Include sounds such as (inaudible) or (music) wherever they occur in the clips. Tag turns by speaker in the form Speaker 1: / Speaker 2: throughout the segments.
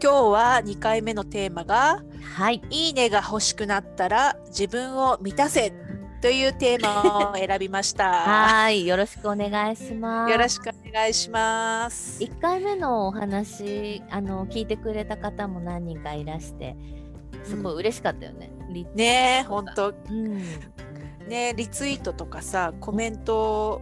Speaker 1: 今日は2回目のテーマが
Speaker 2: はい
Speaker 1: 「いいねが欲しくなったら自分を満たせ」というテーマを選びまし
Speaker 2: (laughs)
Speaker 1: た。
Speaker 2: はーいよろしくお願いします
Speaker 1: よろしくお願いします。
Speaker 2: 1回目のお話あの聞いてくれた方も何人かいらしてすごい嬉しかったよね、リ
Speaker 1: ねえ本当
Speaker 2: うん
Speaker 1: ねリツイートとかさコメント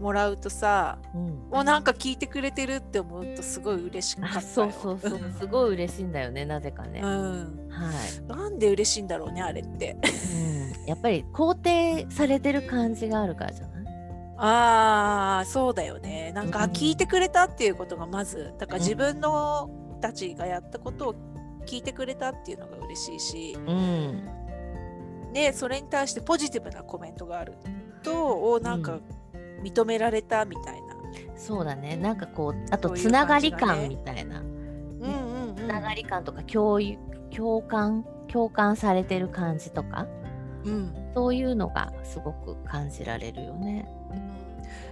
Speaker 1: もらうとさ
Speaker 2: うん
Speaker 1: もうなんか聞いてくれてるって思うとすごい嬉しかったよ
Speaker 2: あそうそうそうすごい嬉しいんだよねなぜかね、
Speaker 1: うん、
Speaker 2: はい、
Speaker 1: なんで嬉しいんだろうねあれって。
Speaker 2: うん、やっぱり肯定されてる感じがあるからじゃない
Speaker 1: ああそうだよねなんか、あ
Speaker 2: うん
Speaker 1: 聞いてくれたっていうことがまずだから
Speaker 2: うん
Speaker 1: 自分のたちがやったことを聞いてくれたっていうのが嬉しいし、
Speaker 2: うん
Speaker 1: ね、それに対してポジティブなコメントがあるとおなんか認められたみたいな。
Speaker 2: そうだねなんかこうあと
Speaker 1: そういう
Speaker 2: つながり
Speaker 1: 感
Speaker 2: 感
Speaker 1: じ
Speaker 2: みたいな
Speaker 1: うんうんう
Speaker 2: つ
Speaker 1: ん
Speaker 2: ながり感とか共有共感共感されてる感じとか
Speaker 1: うん
Speaker 2: そういうのがすごく感じられるよね。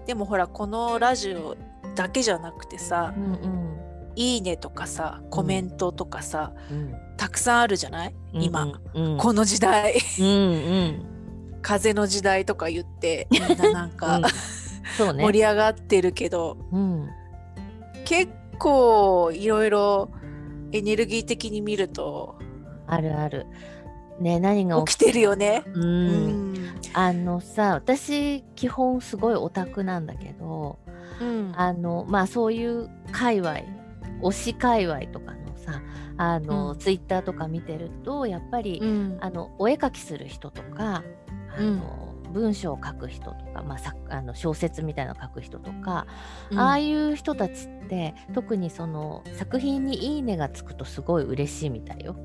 Speaker 1: でもほらこのラジオだけじゃなくてさ
Speaker 2: うんうん
Speaker 1: 「いいね」とかさコメントとかさ
Speaker 2: うん、
Speaker 1: たくさんあるじゃない今、
Speaker 2: うん、
Speaker 1: この時代 (laughs)
Speaker 2: うんうん
Speaker 1: 風の時代とか言ってみんななんか
Speaker 2: うん、そうね
Speaker 1: 盛り上がってるけど、
Speaker 2: うん
Speaker 1: 結構いろいろエネルギー的に見ると
Speaker 2: あるある。ね何が
Speaker 1: 起
Speaker 2: 起
Speaker 1: きてるよね。
Speaker 2: きう、
Speaker 1: うんん
Speaker 2: あのさ私基本すごいオタクなんだけど
Speaker 1: うん
Speaker 2: あのまあそういう界隈推し界隈とかのさあの、
Speaker 1: うん
Speaker 2: ツイッターとか見てるとやっぱり、
Speaker 1: うん
Speaker 2: あのお絵描きする人とかあの、文章を書く人とか、まあ、さあの小説みたいなの書く人とか、ああいう人たちって特にその作品に「いいね」がつくとすごい嬉しいみたいよ。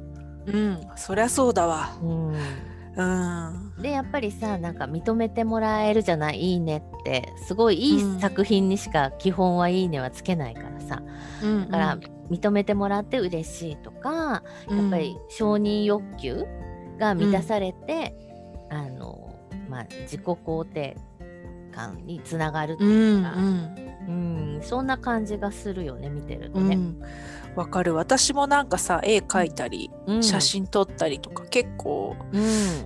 Speaker 1: うん、そりゃそうだわ。
Speaker 2: うん、
Speaker 1: うん
Speaker 2: でやっぱりさなんか認めてもらえるじゃない「いいね」ってすごいい
Speaker 1: うん
Speaker 2: い作品にしか基本は「いいね」はつけないからさ
Speaker 1: うん、
Speaker 2: だから認めてもらって嬉しいとか、
Speaker 1: うん
Speaker 2: やっぱり承認欲求が満たされて、あのまあ、自己肯定感につながる、
Speaker 1: うんうん
Speaker 2: うんそんな感じがするよね見てると
Speaker 1: う
Speaker 2: ね。
Speaker 1: んわかる私もなんかさ絵描いたり
Speaker 2: うん
Speaker 1: 写、真撮ったりとか結構
Speaker 2: うん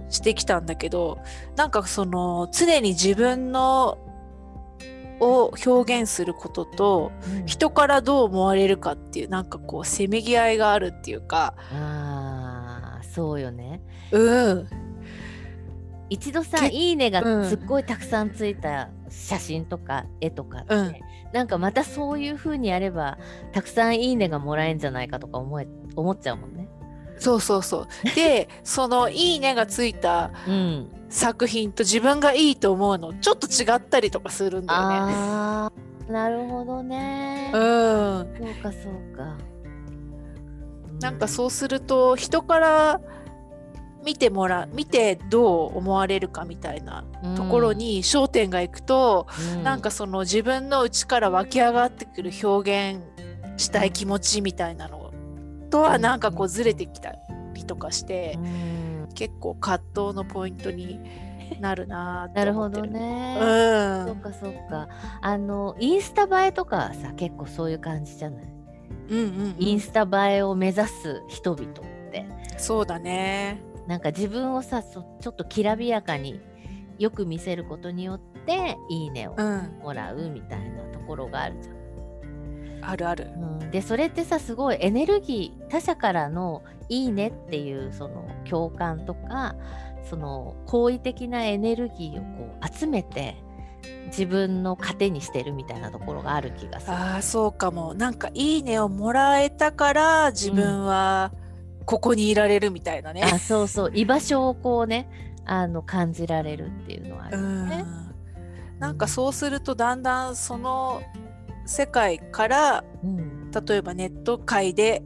Speaker 1: してきたんだけどなんかその常に自分のを表現することと
Speaker 2: うん
Speaker 1: 人からどう思われるかっていうなんかこうせめぎ合いがあるっていうか
Speaker 2: あーそうよね
Speaker 1: うん
Speaker 2: 一度さ「
Speaker 1: け
Speaker 2: いいね」
Speaker 1: う
Speaker 2: が
Speaker 1: ん
Speaker 2: すっごいたくさんついた写真とか絵とかって、
Speaker 1: うん
Speaker 2: なんかまたそういう風にやればたくさん「いいね」がもらえんじゃないかとか思え思っちゃうもんね。
Speaker 1: そうそうそうで (laughs) その「いいね」がついた
Speaker 2: うん、
Speaker 1: 作品と自分がいいと思うのちょっと違ったりとかするんだよね。
Speaker 2: あーなるほどね。
Speaker 1: うん、
Speaker 2: そうかそうか。
Speaker 1: なんかそうすると人から見てもら見てどう思われるかみたいな
Speaker 2: うん
Speaker 1: ところ、に焦点がいくと、
Speaker 2: う
Speaker 1: なんかその自分の内から湧き上がってくる表現したい気持ちみたいなのとはなんかこうずれてきたりとかして
Speaker 2: うん
Speaker 1: 結構葛藤のポイントになるなー
Speaker 2: な
Speaker 1: って
Speaker 2: る
Speaker 1: 思
Speaker 2: ほ
Speaker 1: って
Speaker 2: ど
Speaker 1: る。
Speaker 2: ね。
Speaker 1: うん
Speaker 2: そうかそうか。あのインスタ映えとかはさ結構そういう感じじゃない。
Speaker 1: うんうんう
Speaker 2: イン
Speaker 1: ん、
Speaker 2: スタ映えを目指す人々って
Speaker 1: そうだね。
Speaker 2: なんか自分をさそちょっときらびやかによく見せることによっていいねを
Speaker 1: うん、
Speaker 2: もらうみたいなところがあるじゃん。
Speaker 1: あるある。
Speaker 2: うん、でそれってさすごいエネルギー他者からの「いいね」っていうその共感とかその好意的なエネルギーをこう集めて自分の糧にしてるみたいなところがある気がする。
Speaker 1: ああ、そうかも。なんかいいねをもらえたから自分はここにいられるみたいなね。
Speaker 2: あそうそう居場所をこうねあの感じられるっていうのはあ
Speaker 1: う
Speaker 2: る。
Speaker 1: ん
Speaker 2: ね
Speaker 1: なんかそうするとだんだんその世界から
Speaker 2: うん
Speaker 1: 例えばネット界で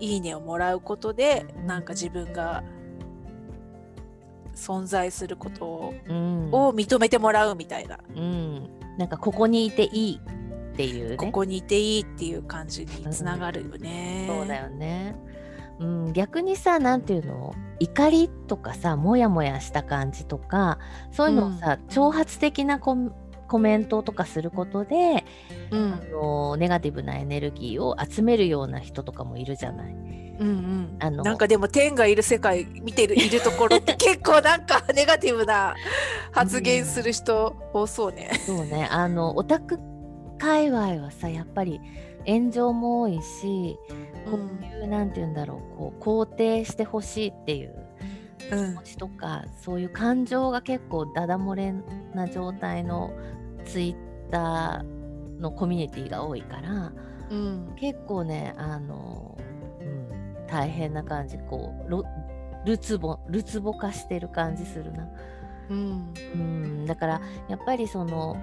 Speaker 1: いいねをもらうことでなんか自分が存在することを
Speaker 2: うん
Speaker 1: を認めてもらうみたいな、
Speaker 2: うん、なんかここにいていいっていうね。
Speaker 1: ここにいていいっていう感じにつながるよね。
Speaker 2: そうだよね。うん、逆にさなんていうの怒りとかさモヤモヤした感じとかそういうのをさ、挑発的なコメコメンコメントとかすることで、
Speaker 1: う
Speaker 2: あ
Speaker 1: ん
Speaker 2: のネガティブなエネルギーを集めるような人とかもいるじゃない。
Speaker 1: うん
Speaker 2: あ
Speaker 1: う
Speaker 2: の
Speaker 1: ん、なんかでも天がいる世界見てるいるところって
Speaker 2: (laughs)
Speaker 1: 結構なんかネガティブな発言する人多そうね。
Speaker 2: そうねあのオタク界隈はさやっぱり炎上も多いしこういう、なんて言うんだろうこう肯定してほしいっていう
Speaker 1: う
Speaker 2: 気
Speaker 1: ん
Speaker 2: 持ちとかそういう感情が結構ダダ漏れな状態のツイッターのコミュニティが多いから
Speaker 1: うん
Speaker 2: 結構ねあの、うん、大変な感じこうろるつぼるつぼ化してる感じするな。
Speaker 1: うん
Speaker 2: うんだからやっぱりその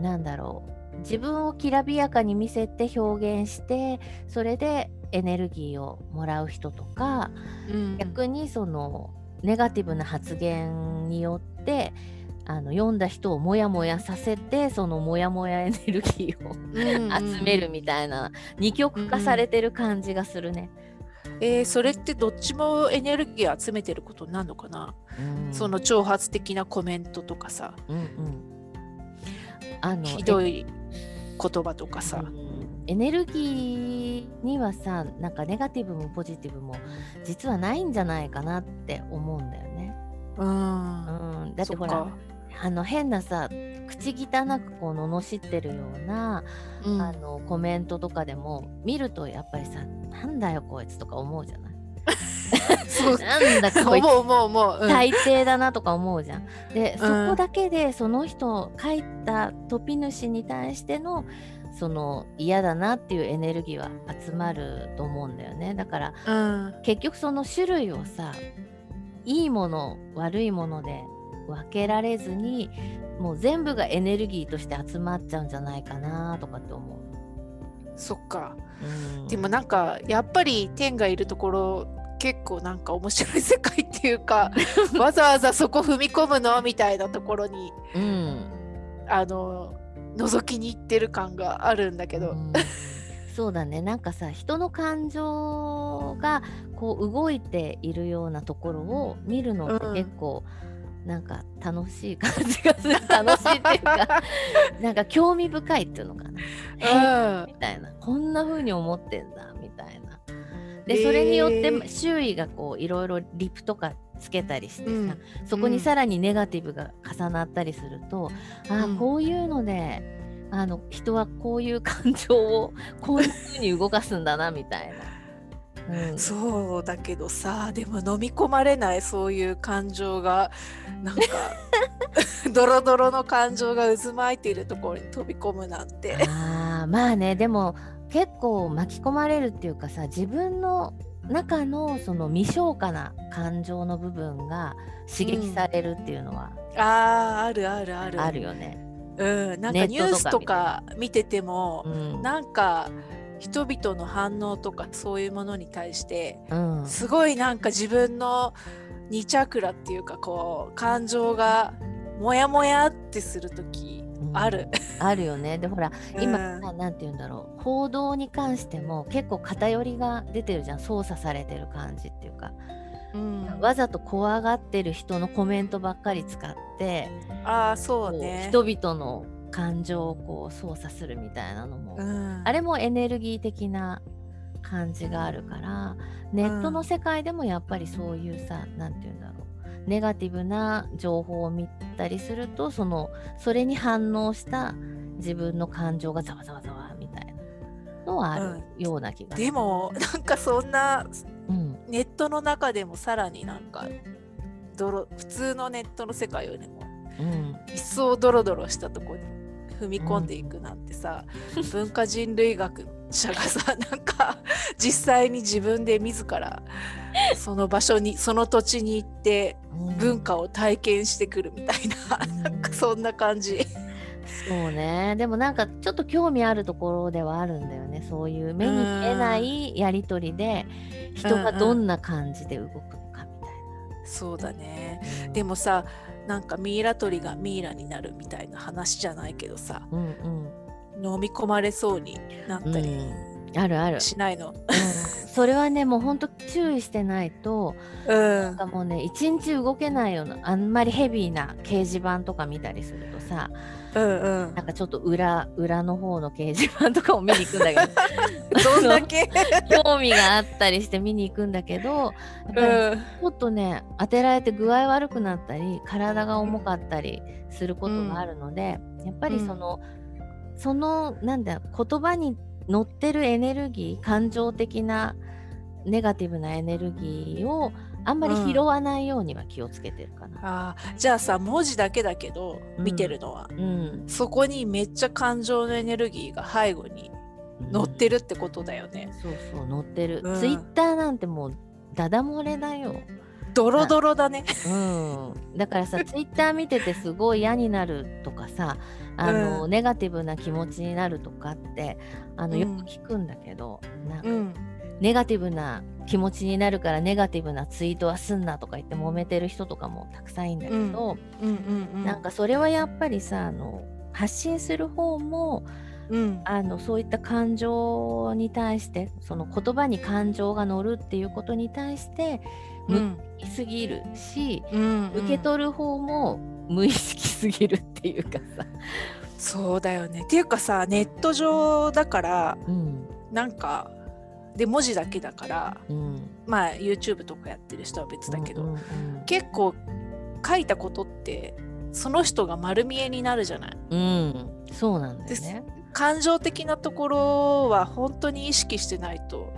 Speaker 2: なんだろう自分をきらびやかに見せて表現してそれでエネルギーをもらう人とか
Speaker 1: うん、
Speaker 2: 逆にそのネガティブな発言によってあの読んだ人をモヤモヤさせてそのモヤモヤエネルギーを集めるみたいな二極化されてる感じがするね。
Speaker 1: えーそれってどっちもエネルギー集めてることになるのかな、
Speaker 2: うん
Speaker 1: その挑発的なコメントとかさ
Speaker 2: うんうんあの
Speaker 1: ひどい言葉とかさ、
Speaker 2: うんエネルギーにはさなんかネガティブもポジティブも実はないんじゃないかなって思うんだよね。
Speaker 1: うん
Speaker 2: うん、だって
Speaker 1: そ
Speaker 2: ほ
Speaker 1: っ
Speaker 2: ら
Speaker 1: か
Speaker 2: あの変なさ口汚くこう罵ってるような、
Speaker 1: うん
Speaker 2: あのコメントとかでも見るとやっぱりさ「なんだよこいつ」とか思うじゃない。
Speaker 1: そう
Speaker 2: なんだこいつ
Speaker 1: 思う思う思う、うん
Speaker 2: 最低だなとか思うじゃん。で、
Speaker 1: うん
Speaker 2: そこだけでその人書いたトピ主に対してのその嫌だなっていうエネルギーは集まると思うんだよね。だから
Speaker 1: うん
Speaker 2: 結局その種類をさいいもの悪いもので分けられずにもう全部がエネルギーとして集まっちゃうんじゃないかなとかって思う。
Speaker 1: そっか
Speaker 2: うん
Speaker 1: でもなんかやっぱり天がいるところ結構なんか面白い世界っていう
Speaker 2: (laughs)
Speaker 1: かわざわざそこ踏み込むのみたいなところに
Speaker 2: うん
Speaker 1: あの覗きに行ってる感があるんだけど、
Speaker 2: うんそうだねなんかさ人の感情がこう動いているようなところを見るのって
Speaker 1: うん
Speaker 2: 結構、なんか楽しい感じ
Speaker 1: (laughs)
Speaker 2: がする楽しいっていうかなんか興味深いっていうのかな、へえ
Speaker 1: うん
Speaker 2: みたいなこんな風に思ってんだみたいな。
Speaker 1: へ
Speaker 2: で
Speaker 1: え
Speaker 2: それによって周囲がこういろいろリプとかつけたりしてさ、
Speaker 1: うん
Speaker 2: そこにさらにネガティブが重なったりすると、あ
Speaker 1: うん
Speaker 2: あこういうのであの人はこういう感情を
Speaker 1: (laughs)
Speaker 2: こういうふうに動かすんだなみたいな。うん
Speaker 1: そうだけどさでも飲み込まれないそういう感情が
Speaker 2: (laughs)
Speaker 1: なんかドロドロの感情が渦巻いているところに飛び込むなんて。
Speaker 2: あーまあねでも結構巻き込まれるっていうかさ自分の中のその未消化な感情の部分が刺激されるっていうのは
Speaker 1: あーあるあるある
Speaker 2: あるよね。
Speaker 1: うん、なんか
Speaker 2: ネットとか
Speaker 1: ニュースとか見てても、
Speaker 2: うん
Speaker 1: なんか人々の反応とかそういうものに対して
Speaker 2: うん
Speaker 1: すごいなんか自分の2チャクラっていうかこう感情がモヤモヤってする時ある。
Speaker 2: あるよね。でほら今
Speaker 1: うん
Speaker 2: さなんて言うんだろう報道に関しても結構偏りが出てるじゃん操作されてる感じっていうか、
Speaker 1: うん、
Speaker 2: わざと怖がってる人のコメントばっかり使って
Speaker 1: ああそう
Speaker 2: こう
Speaker 1: ね。
Speaker 2: 人々の感情をこう操作するみたいなのも、
Speaker 1: うん
Speaker 2: あれもエネルギー的な感じがあるからネットの世界でもやっぱりそういうさなんて言うんだろうネガティブな情報を見たりするとそのそれに反応した自分の感情がざわざわざわみたいなのはあるような気がする。
Speaker 1: でもなんかそんな
Speaker 2: うん
Speaker 1: ネットの中でもさらになんかドロ普通のネットの世界よりも
Speaker 2: うん
Speaker 1: 一層ドロドロしたとこに踏み込んでいくなんてさ、文化人類学者が (laughs) さなんか実際に自分で自らその場所にその土地に行って
Speaker 2: うん
Speaker 1: 文化を体験してくるみたいな,、
Speaker 2: うん
Speaker 1: なんかそんな感じ。
Speaker 2: そうねでもなんかちょっと興味あるところではあるんだよねそういう目に見えないやり取りで人がどんな感じで動くのかみたい
Speaker 1: そうだね
Speaker 2: な。
Speaker 1: でもさなんかミイラ取りがミイラになるみたいな話じゃないけどさ
Speaker 2: うんうん
Speaker 1: 飲み込まれそうになったり
Speaker 2: あるある、
Speaker 1: しないの、
Speaker 2: うんそれはねもうほんと注意してないと
Speaker 1: うん
Speaker 2: なんかもうね一日動けないようなあんまりヘビーな掲示板とか見たりするとさ
Speaker 1: うんうん
Speaker 2: なんかちょっと裏裏の方の掲示板とかを見に行くんだけ (laughs) ど
Speaker 1: (laughs) どんだけ
Speaker 2: 興味があったりして見に行くんだけどやっぱり
Speaker 1: うん
Speaker 2: もっとね当てられて具合悪くなったり体が重かったりすることがあるので、やっぱりその、そのなんだ言葉に乗ってるエネルギー感情的なネガティブなエネルギーをあんまり拾わないようには気をつけてるかな。
Speaker 1: あーじゃあさ文字だけだけど
Speaker 2: うん
Speaker 1: 見てるのは、
Speaker 2: うん
Speaker 1: そこにめっちゃ感情のエネルギーが背後に乗ってるってことだよね。
Speaker 2: そうそう乗ってる、
Speaker 1: うん
Speaker 2: ツイッターなんてもうダダ漏れだよ。
Speaker 1: ドロドロだね。
Speaker 2: うん、だからさ
Speaker 1: (laughs)
Speaker 2: ツイッター見ててすごい嫌になるとかさあの、
Speaker 1: うん
Speaker 2: ネガティブな気持ちになるとかってあの
Speaker 1: うん
Speaker 2: よく聞くんだけど、なんか
Speaker 1: うん。
Speaker 2: ネガティブな気持ちになるからネガティブなツイートはすんなとか言って揉めてる人とかもたくさんいるんだけど、
Speaker 1: うんうんうん。
Speaker 2: なんかそれはやっぱりさあの発信する方も
Speaker 1: うん。
Speaker 2: あのそういった感情に対してその言葉に感情が乗るっていうことに対して
Speaker 1: う
Speaker 2: む
Speaker 1: ん。
Speaker 2: いすぎるし、
Speaker 1: うん
Speaker 2: 受け取る方も無意識すぎるっていうかさ、
Speaker 1: そうだよね。っていうかさネット上だから
Speaker 2: うん
Speaker 1: なんかで文字だけだから
Speaker 2: うん、
Speaker 1: まあ YouTube とかやってる人は別だけど、
Speaker 2: うんうん
Speaker 1: 結構書いたことってその人が丸見えになるじゃない。
Speaker 2: うん、そうなんだよね。
Speaker 1: 感情的なところは本当に意識してないと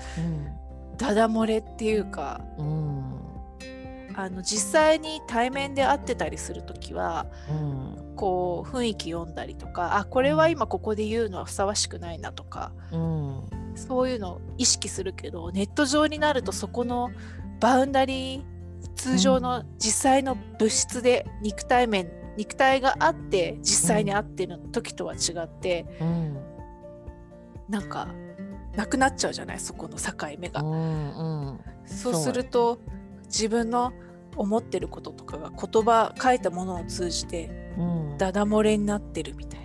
Speaker 1: ダダ漏れっていうか
Speaker 2: うん
Speaker 1: あの実際に対面で会ってたりする時は
Speaker 2: うん
Speaker 1: こう雰囲気読んだりとかあこれは今ここで言うのはふさわしくないなとか
Speaker 2: うんうん
Speaker 1: そういうのを意識するけどネット上になるとそこのバウンダリー通常の実際の物質で肉体面肉体があって実際に会ってる時とは違って
Speaker 2: うん
Speaker 1: なんかなくなっちゃうじゃないそこの境目が。
Speaker 2: うん
Speaker 1: そう
Speaker 2: そう
Speaker 1: すると自分の思ってることとかが言葉書いたものを通じて
Speaker 2: うん
Speaker 1: ダダ漏れになってるみたい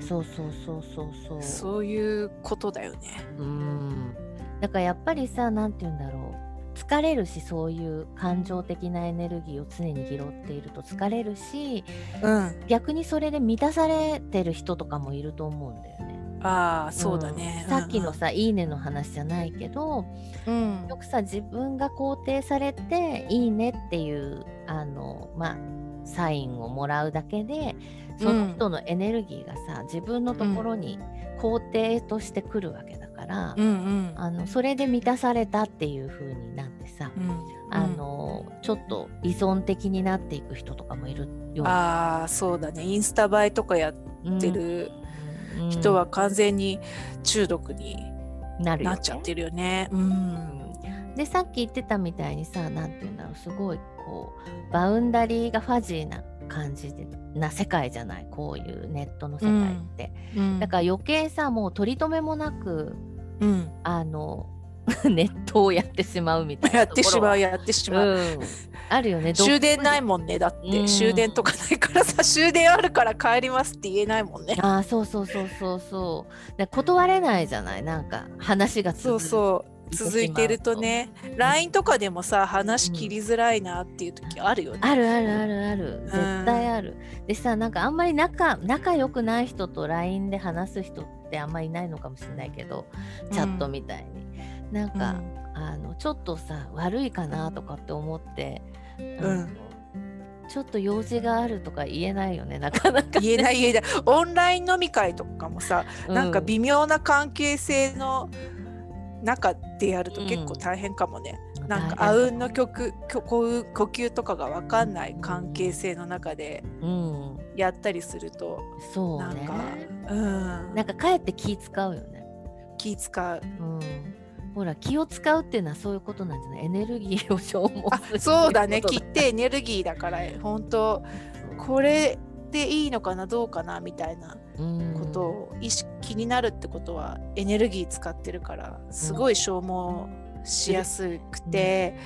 Speaker 2: そうそうそうそうそう
Speaker 1: なそういうことだよね。
Speaker 2: うんだからやっぱりさなんて言うんだろう疲れるしそういう感情的なエネルギーを常に拾っていると疲れるし
Speaker 1: うん、
Speaker 2: 逆にそれで満たされてる人とかもいると思うんだよね。
Speaker 1: ああそうだね。
Speaker 2: うんさっきのさ「いいね」の話じゃないけど
Speaker 1: うん
Speaker 2: よくさ自分が肯定されて「いいね」っていうあのまあサインをもらうだけでその人のエネルギーがさ、自分のところに肯定としてくるわけだから、
Speaker 1: うんうん
Speaker 2: あのそれで満たされたっていう風になってさ、
Speaker 1: うん
Speaker 2: あのちょっと依存的になっていく人とかもいるような
Speaker 1: ああそうだねインスタ映えとかやってる
Speaker 2: うん
Speaker 1: 人は完全に中毒に
Speaker 2: なるよ
Speaker 1: な
Speaker 2: ね
Speaker 1: っちゃってるよね。うん
Speaker 2: でさっき言ってたみたいにさ何て言うんだろうすごいこうバウンダリーがファジーな感じでな世界じゃないこういうネットの世界って、
Speaker 1: うん
Speaker 2: だから余計さもう取り留めもなく
Speaker 1: うん、
Speaker 2: あの (laughs) ネットをやってしまうみたい
Speaker 1: や
Speaker 2: な
Speaker 1: って
Speaker 2: とこ
Speaker 1: し
Speaker 2: ろ
Speaker 1: ま
Speaker 2: は
Speaker 1: うやってしまう。
Speaker 2: うんあるよね
Speaker 1: 終電ないいもんねだって、
Speaker 2: うん
Speaker 1: 終電とかないからさ終電あるから帰りますって言えないもんね。
Speaker 2: あーそうそうそうそうそうで断れないじゃないなんか話が
Speaker 1: そう
Speaker 2: 続う
Speaker 1: そう続いてるとね LINE とかでもさ話切りづらいなっていう時あるよね。
Speaker 2: あるあるあるある絶対ある、でさなんかあんまり仲仲良くない人と LINE で話す人ってあんまりいないのかもしれないけどチャットみたいに、なん
Speaker 1: う
Speaker 2: か、
Speaker 1: ん
Speaker 2: あのちょっとさ悪いかなとかって思って、
Speaker 1: うん
Speaker 2: あのちょっと用事があるとか言えないよねなかなか、
Speaker 1: 言えない言えないオンライン飲み会とかもさ (laughs)
Speaker 2: う
Speaker 1: なんか微妙な関係性の中でやると結構大変かもね。なんかあうんの曲呼吸呼吸とかが分かんない関係性の中で
Speaker 2: うん
Speaker 1: やったりすると
Speaker 2: そう
Speaker 1: なん
Speaker 2: ね
Speaker 1: かうん
Speaker 2: なんかかえって気使うよね、
Speaker 1: 気使う。
Speaker 2: うん、ほら気を使うっていうのはそういうことなんじゃないエネルギーを消
Speaker 1: あ
Speaker 2: 耗する
Speaker 1: そうだね
Speaker 2: ってい
Speaker 1: 切ってエネルギーだから本当これでいいのかなどうかなみたいな
Speaker 2: こ
Speaker 1: ことを意識気になるってことはエネルギー使ってるからすごい消耗しやすくて、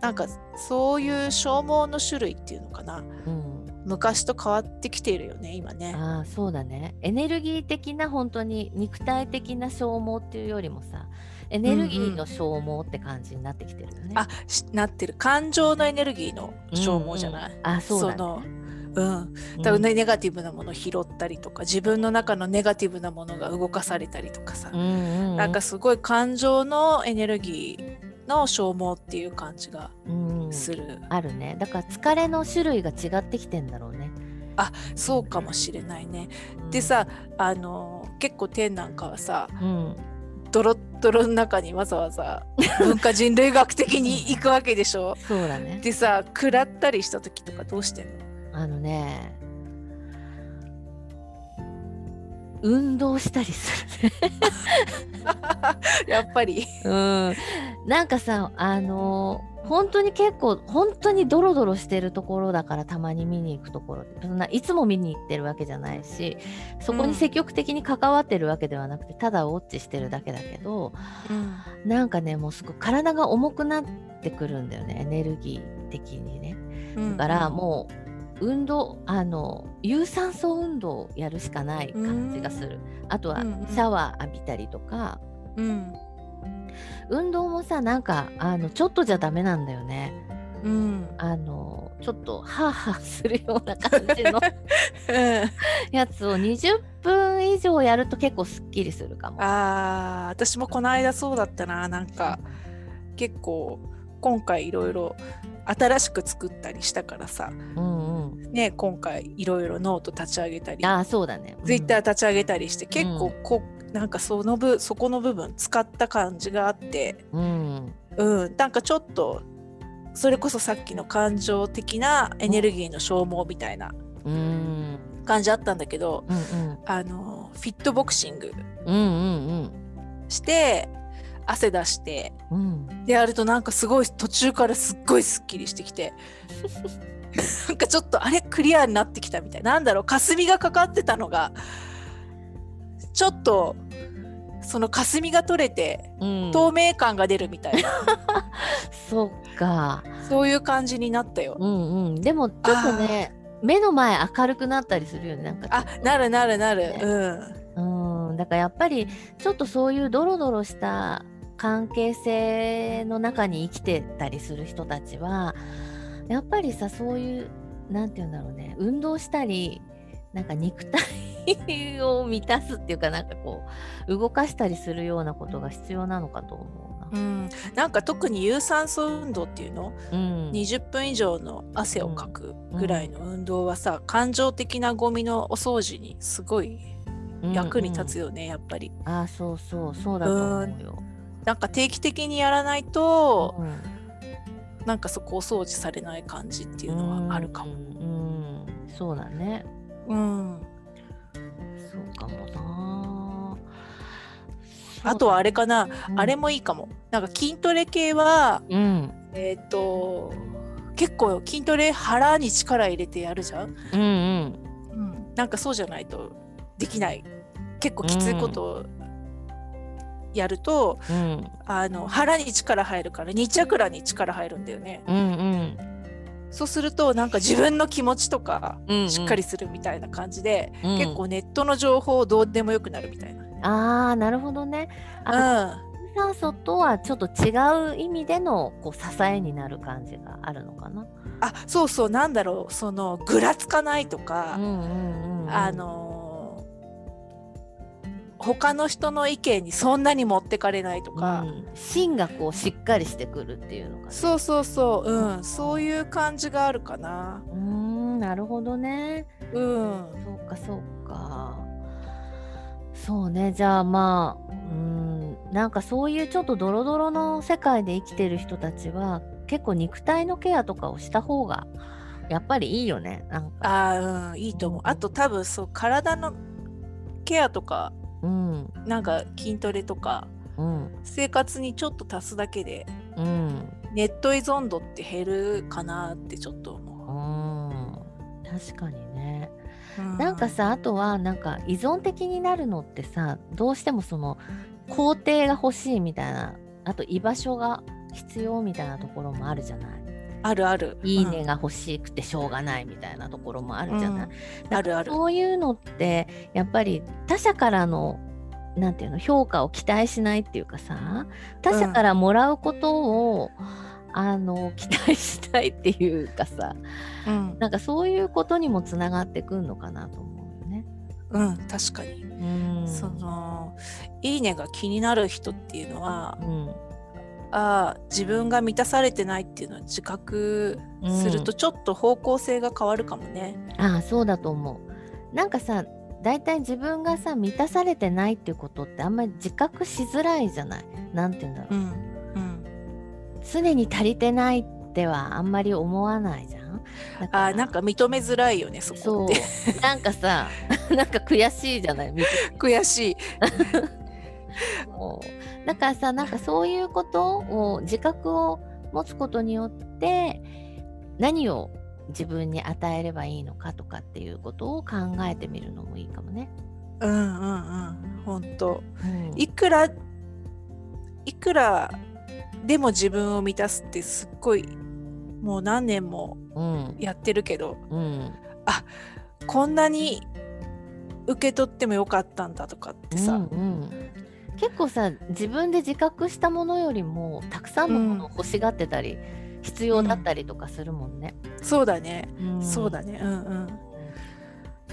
Speaker 1: なんかそういう消耗の種類っていうのかな
Speaker 2: うん
Speaker 1: 昔と変わってきているよね今ね。
Speaker 2: ああそうだねエネルギー的な本当に肉体的な消耗っていうよりもさエネルギーの消耗って感じになってきてるよね。
Speaker 1: あしなってる感情のエネルギーの消耗じゃない、
Speaker 2: あそうだ、ね、
Speaker 1: のうん、だからねネガティブなものを拾ったりとか自分の中のネガティブなものが動かされたりとかさ、
Speaker 2: うんうんうん
Speaker 1: なんかすごい感情のエネルギーの消耗っていう感じが
Speaker 2: うん
Speaker 1: する、
Speaker 2: あるねだから疲れの種類が違ってきてんだろうね。
Speaker 1: そうかもしれないね。でさあの結構天なんかはさ
Speaker 2: うん、
Speaker 1: ドロッドロの中にわざわざ文化人類学的に行くわけでしょ。 (laughs)
Speaker 2: そうだね。
Speaker 1: でさ食らったりした時とかどうしてんの
Speaker 2: あのね運動したりするね。
Speaker 1: やっぱり。
Speaker 2: うん、なんかさあのー本当に結構本当にドロドロしてるところだからたまに見に行くところそんないつも見に行ってるわけじゃないしそこに積極的に関わってるわけではなくて、ただウォッチしてるだけだけどなんかねもうすごい体が重くなってくるんだよねエネルギー的にね。
Speaker 1: うん
Speaker 2: だからもう運動あの有酸素運動をやるしかない感じがする。あとは
Speaker 1: うんうん
Speaker 2: シャワー浴びたりとか、
Speaker 1: うん
Speaker 2: 運動もさなんかあのちょっとじゃダメなんだよね
Speaker 1: うん
Speaker 2: あのちょっとハーハーするような感
Speaker 1: (laughs)
Speaker 2: じのやつを20分以上やると結構すっきりするかも。
Speaker 1: あー私もこの間そうだったななんか結構今回いろいろ新しく作ったりしたからさ
Speaker 2: うんうん、
Speaker 1: ね今回いろいろノート立ち上げたり
Speaker 2: あーそうだね。
Speaker 1: ツイッター
Speaker 2: ー、
Speaker 1: 立ち上げたりして結構こうなんかその部そこの部分使った感じがあって
Speaker 2: うん、
Speaker 1: うんなんかちょっとそれこそさっきの感情的なエネルギーの消耗みたいな
Speaker 2: うんうん
Speaker 1: 感じあったんだけど
Speaker 2: うんうん
Speaker 1: あのフィットボクシング
Speaker 2: うん
Speaker 1: して汗出して
Speaker 2: うんうん
Speaker 1: でやるとなんかすごい途中からすっごいすっきりしてき
Speaker 2: (laughs)
Speaker 1: てなんかちょっとあれクリアになってきたみたいなんだろう霞がかかってたのがちょっとその霞が取れて
Speaker 2: うん
Speaker 1: 透明感が出るみたいな、
Speaker 2: そっか
Speaker 1: そういう感じになったよ。
Speaker 2: うんうんでもちょっとね目の前明るくなったりするよねなんかちょっ
Speaker 1: あ
Speaker 2: と
Speaker 1: なるなるなる
Speaker 2: ね
Speaker 1: うん
Speaker 2: うんだからやっぱりちょっとそういうドロドロした関係性の中に生きてたりする人たちはやっぱりさそういうなんて言うんだろうね運動したりなんか肉体を満たすっていうかなんかこう動かしたりするようなことが必要なのかと思
Speaker 1: うん、なんか特に有酸素運動っていうの
Speaker 2: うな。うん
Speaker 1: 20分以上の汗をかくぐらいの運動はさ感情的なゴミのお掃除にすごい役に立つ
Speaker 2: よ。
Speaker 1: よね、やっぱり。
Speaker 2: ああそうそうそうだと思うよ。
Speaker 1: なんか定期的にやらないと、
Speaker 2: うん
Speaker 1: なんかそこお掃除されない感じっていうのはあるかも。
Speaker 2: うんうんそうだね。
Speaker 1: うん
Speaker 2: そうかもな
Speaker 1: あとはあれかな、あれ
Speaker 2: も、
Speaker 1: もいいかも。なんか筋トレ系は、
Speaker 2: うん、
Speaker 1: えっ、と結構筋トレ腹に力入れてやるじゃん。
Speaker 2: うんうん
Speaker 1: うんなんかそうじゃないとできない。結構きついことをやると、
Speaker 2: うん
Speaker 1: あの腹に力入るから2チャクラに力入るんだよね。
Speaker 2: うんうん
Speaker 1: そうするとなんか自分の気持ちとか
Speaker 2: うん
Speaker 1: しっかりするみたいな感じで、
Speaker 2: うん
Speaker 1: 結構ネットの情報どうでもよくなるみたいな。
Speaker 2: ああなるほどねあ
Speaker 1: う、
Speaker 2: 有酸素とはちょっと違う意味でのこう支えになる感じがあるのかなん
Speaker 1: あそうそうなんだろうそのぐらつかないと
Speaker 2: う
Speaker 1: か、
Speaker 2: んうんうん
Speaker 1: あのー他の人の意見にそんなに持ってかれないとか、
Speaker 2: うん芯がこうしっかりしてくるっていうのかな
Speaker 1: そうそうそううん、
Speaker 2: うん
Speaker 1: そういう感じがあるかな。
Speaker 2: うーんなるほどね
Speaker 1: うん、
Speaker 2: そうかそうかそうねじゃあまあうーんなんかそういうちょっとドロドロの世界で生きてる人たちは結構肉体のケアとかをした方がやっぱりいいよねなんか
Speaker 1: あーうんいいと思う。あと多分そう体のケアとか
Speaker 2: うん
Speaker 1: なんか筋トレとか
Speaker 2: うん
Speaker 1: 生活にちょっと足すだけで
Speaker 2: うん
Speaker 1: ネット依存度って減るかなってちょっと思う。
Speaker 2: うん確かにね
Speaker 1: な
Speaker 2: なんかさあとはなんか依存的になるのってさどうしてもその肯定が欲しいみたいなあと居場所が必要みたいなところもあるじゃない
Speaker 1: あるある。
Speaker 2: いいねが欲しくてしょうがないみたいなところもあ
Speaker 1: うん
Speaker 2: るじゃない。
Speaker 1: うんあるある。
Speaker 2: そういうのってやっぱり他者からのなんていうの評価を期待しないっていうかさ他者からもらうことを、あの (laughs) 期待したいっていうかさ
Speaker 1: うん、
Speaker 2: なんかそういうことにもつながってくるのかなと思うよね。
Speaker 1: うん、確かに。
Speaker 2: うん
Speaker 1: そのいいねが気になる人っていうのは
Speaker 2: う、ん
Speaker 1: ああ自分が満たされてないっていうのを自覚するとちょっと方向性が変わるかもね。
Speaker 2: ああそうだと思う。なんかさ大体自分がさ満たされてないっていうことってあんまり自覚しづらいじゃない。なんて言うんだろう、
Speaker 1: うん、うん、
Speaker 2: 常に足りてないってはあんまり思わないじゃん。だ
Speaker 1: あ
Speaker 2: ら
Speaker 1: あなんか認めづらいよねそこって。 (laughs)
Speaker 2: そうなんかさ (laughs) なんか悔しいじゃない見て
Speaker 1: 悔しい。
Speaker 2: てもだからさなんかそういうことを自覚を持つことによって何を自分に与えればいいのかとかっていうことを考えてみるのもいいかもね。
Speaker 1: うんうんうん本当。
Speaker 2: うん
Speaker 1: いくらいくらでも自分を満たすってすっごいもう何年も
Speaker 2: うん
Speaker 1: やってるけど
Speaker 2: うん
Speaker 1: こんなに受け取ってもよかったんだとかってさ、
Speaker 2: うんうん結構さ自分で自覚したものよりもたくさんのものを欲しがってたり、必要だったりとかするもんね。
Speaker 1: そうだね、
Speaker 2: うん
Speaker 1: そうだねうんうん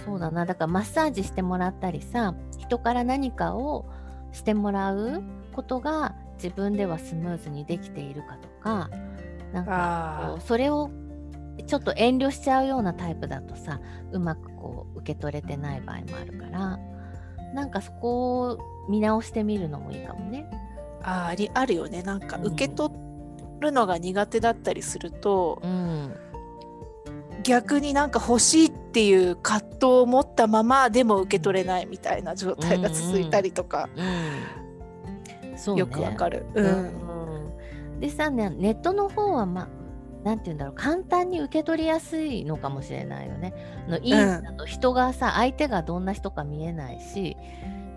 Speaker 2: そうだなだからマッサージしてもらったりさ人から何かをしてもらうことが自分ではスムーズにできているかとかなんかこ
Speaker 1: あ
Speaker 2: うそれをちょっと遠慮しちゃうようなタイプだとさうまくこう受け取れてない場合もあるからなんかそこを見直してみるのもいいかもね。
Speaker 1: あありあるよねなんか
Speaker 2: うん
Speaker 1: 受け取るのが苦手だったりすると、
Speaker 2: うん、
Speaker 1: 逆になんか欲しいっていう葛藤を持ったままでも受け取れないみたいな状態が続いたりとか、
Speaker 2: うん、そうね
Speaker 1: よくわかる。うん
Speaker 2: うんでさねネットの方はまあなんて言うんだろう簡単に受け取りやすいのかもしれないよね。あのいい
Speaker 1: うん
Speaker 2: あの人がさ相手がどんな人か見えないし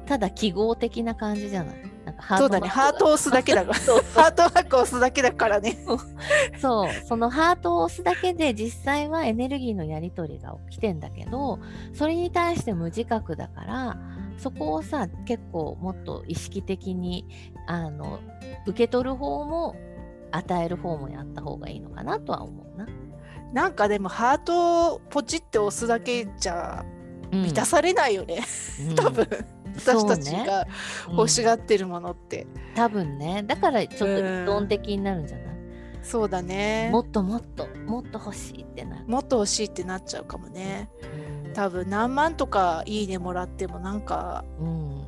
Speaker 2: ただ記号的な感じじゃないなんかハート
Speaker 1: そうだねハートを押すだけだから
Speaker 2: (laughs) そう
Speaker 1: ハートマークを押すだけだからね。
Speaker 2: そうそのハートを押すだけで実際はエネルギーのやり取りが起きてんだけどそれに対して無自覚だからそこをさ結構もっと意識的にあの受け取る方も与える方もやった方がいいのかなとは思うな。
Speaker 1: なんかでもハートをポチって押すだけじゃ満たされないよね、
Speaker 2: うん、
Speaker 1: 多分、
Speaker 2: そ
Speaker 1: 私
Speaker 2: う
Speaker 1: たち
Speaker 2: ね
Speaker 1: が欲しがってるものって、
Speaker 2: うん多分ねだからちょっと理論的になるんじゃない、
Speaker 1: そうだね
Speaker 2: もっともっともっと欲しいってなる。
Speaker 1: もっと欲しいってなっちゃうかもね多分何万とかいいねもらってもなんか
Speaker 2: うん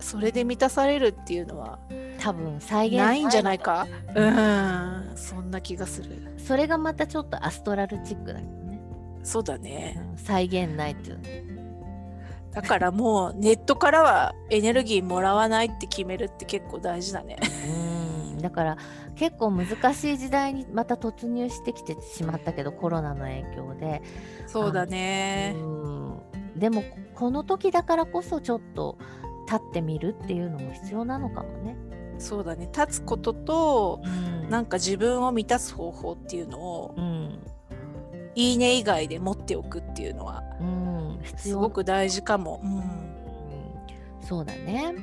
Speaker 1: それで満たされるっていうのは
Speaker 2: 多分再現
Speaker 1: ないんじゃないいかうんそんな気がする
Speaker 2: それがまたちょっとアストラルチックだけどね、
Speaker 1: そうだね
Speaker 2: うん再現ないっていう
Speaker 1: だからもうネットからはエネルギーもらわないって決めるって結構大事だね
Speaker 2: うんだから結構難しい時代にまた突入してきてしまったけどコロナの影響で、
Speaker 1: そうだね
Speaker 2: うんでもこの時だからこそちょっと立ってみるっていうのも必要なのかもね。
Speaker 1: そうだね立つことと
Speaker 2: うん
Speaker 1: なんか自分を満たす方法っていうのを
Speaker 2: うん
Speaker 1: いいね以外で持っておくっていうのは
Speaker 2: うん、必
Speaker 1: す
Speaker 2: 要
Speaker 1: ごく大事かも。うん
Speaker 2: うんそうだね。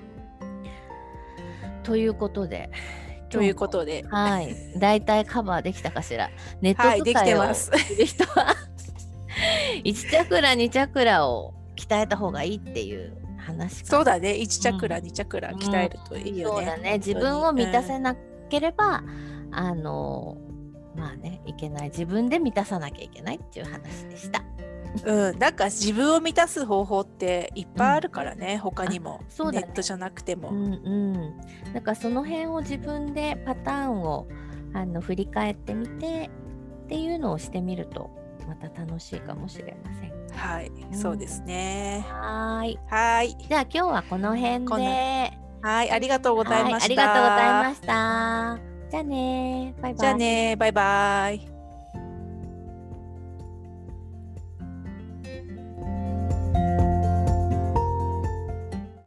Speaker 2: ということで
Speaker 1: という
Speaker 2: と
Speaker 1: ことで、
Speaker 2: はい、大体カバーできたかしら。ネット
Speaker 1: はい、でき
Speaker 2: 使い
Speaker 1: て
Speaker 2: を
Speaker 1: ます。
Speaker 2: す (laughs) る人は1チャクラ2チャクラを鍛えた方がいいっていう話
Speaker 1: (laughs)
Speaker 2: か
Speaker 1: そうだね、1チャクラ、
Speaker 2: うん
Speaker 1: 2チャクラ鍛えるといいよ
Speaker 2: そう
Speaker 1: ね。
Speaker 2: だね自分を満たせなければ、あのまあねいけない自分で満たさなきゃいけないっていう話でした。
Speaker 1: うん、なんか自分を満たす方法っていっぱいあるからね、他にも、
Speaker 2: そうだ
Speaker 1: ネ
Speaker 2: ね
Speaker 1: ットじゃなくても。
Speaker 2: うんうん、だからその辺を自分でパターンをあの振り返ってみてっていうのをしてみるとまた楽しいかもしれません。
Speaker 1: はい、そうですね。
Speaker 2: はーい
Speaker 1: はい、
Speaker 2: じゃあ今日はこの辺
Speaker 1: こんな
Speaker 2: で。
Speaker 1: はい、ありがとうございました。
Speaker 2: はいありがとうございました。じゃあねバイバイ。
Speaker 1: じゃあね、バイバイ。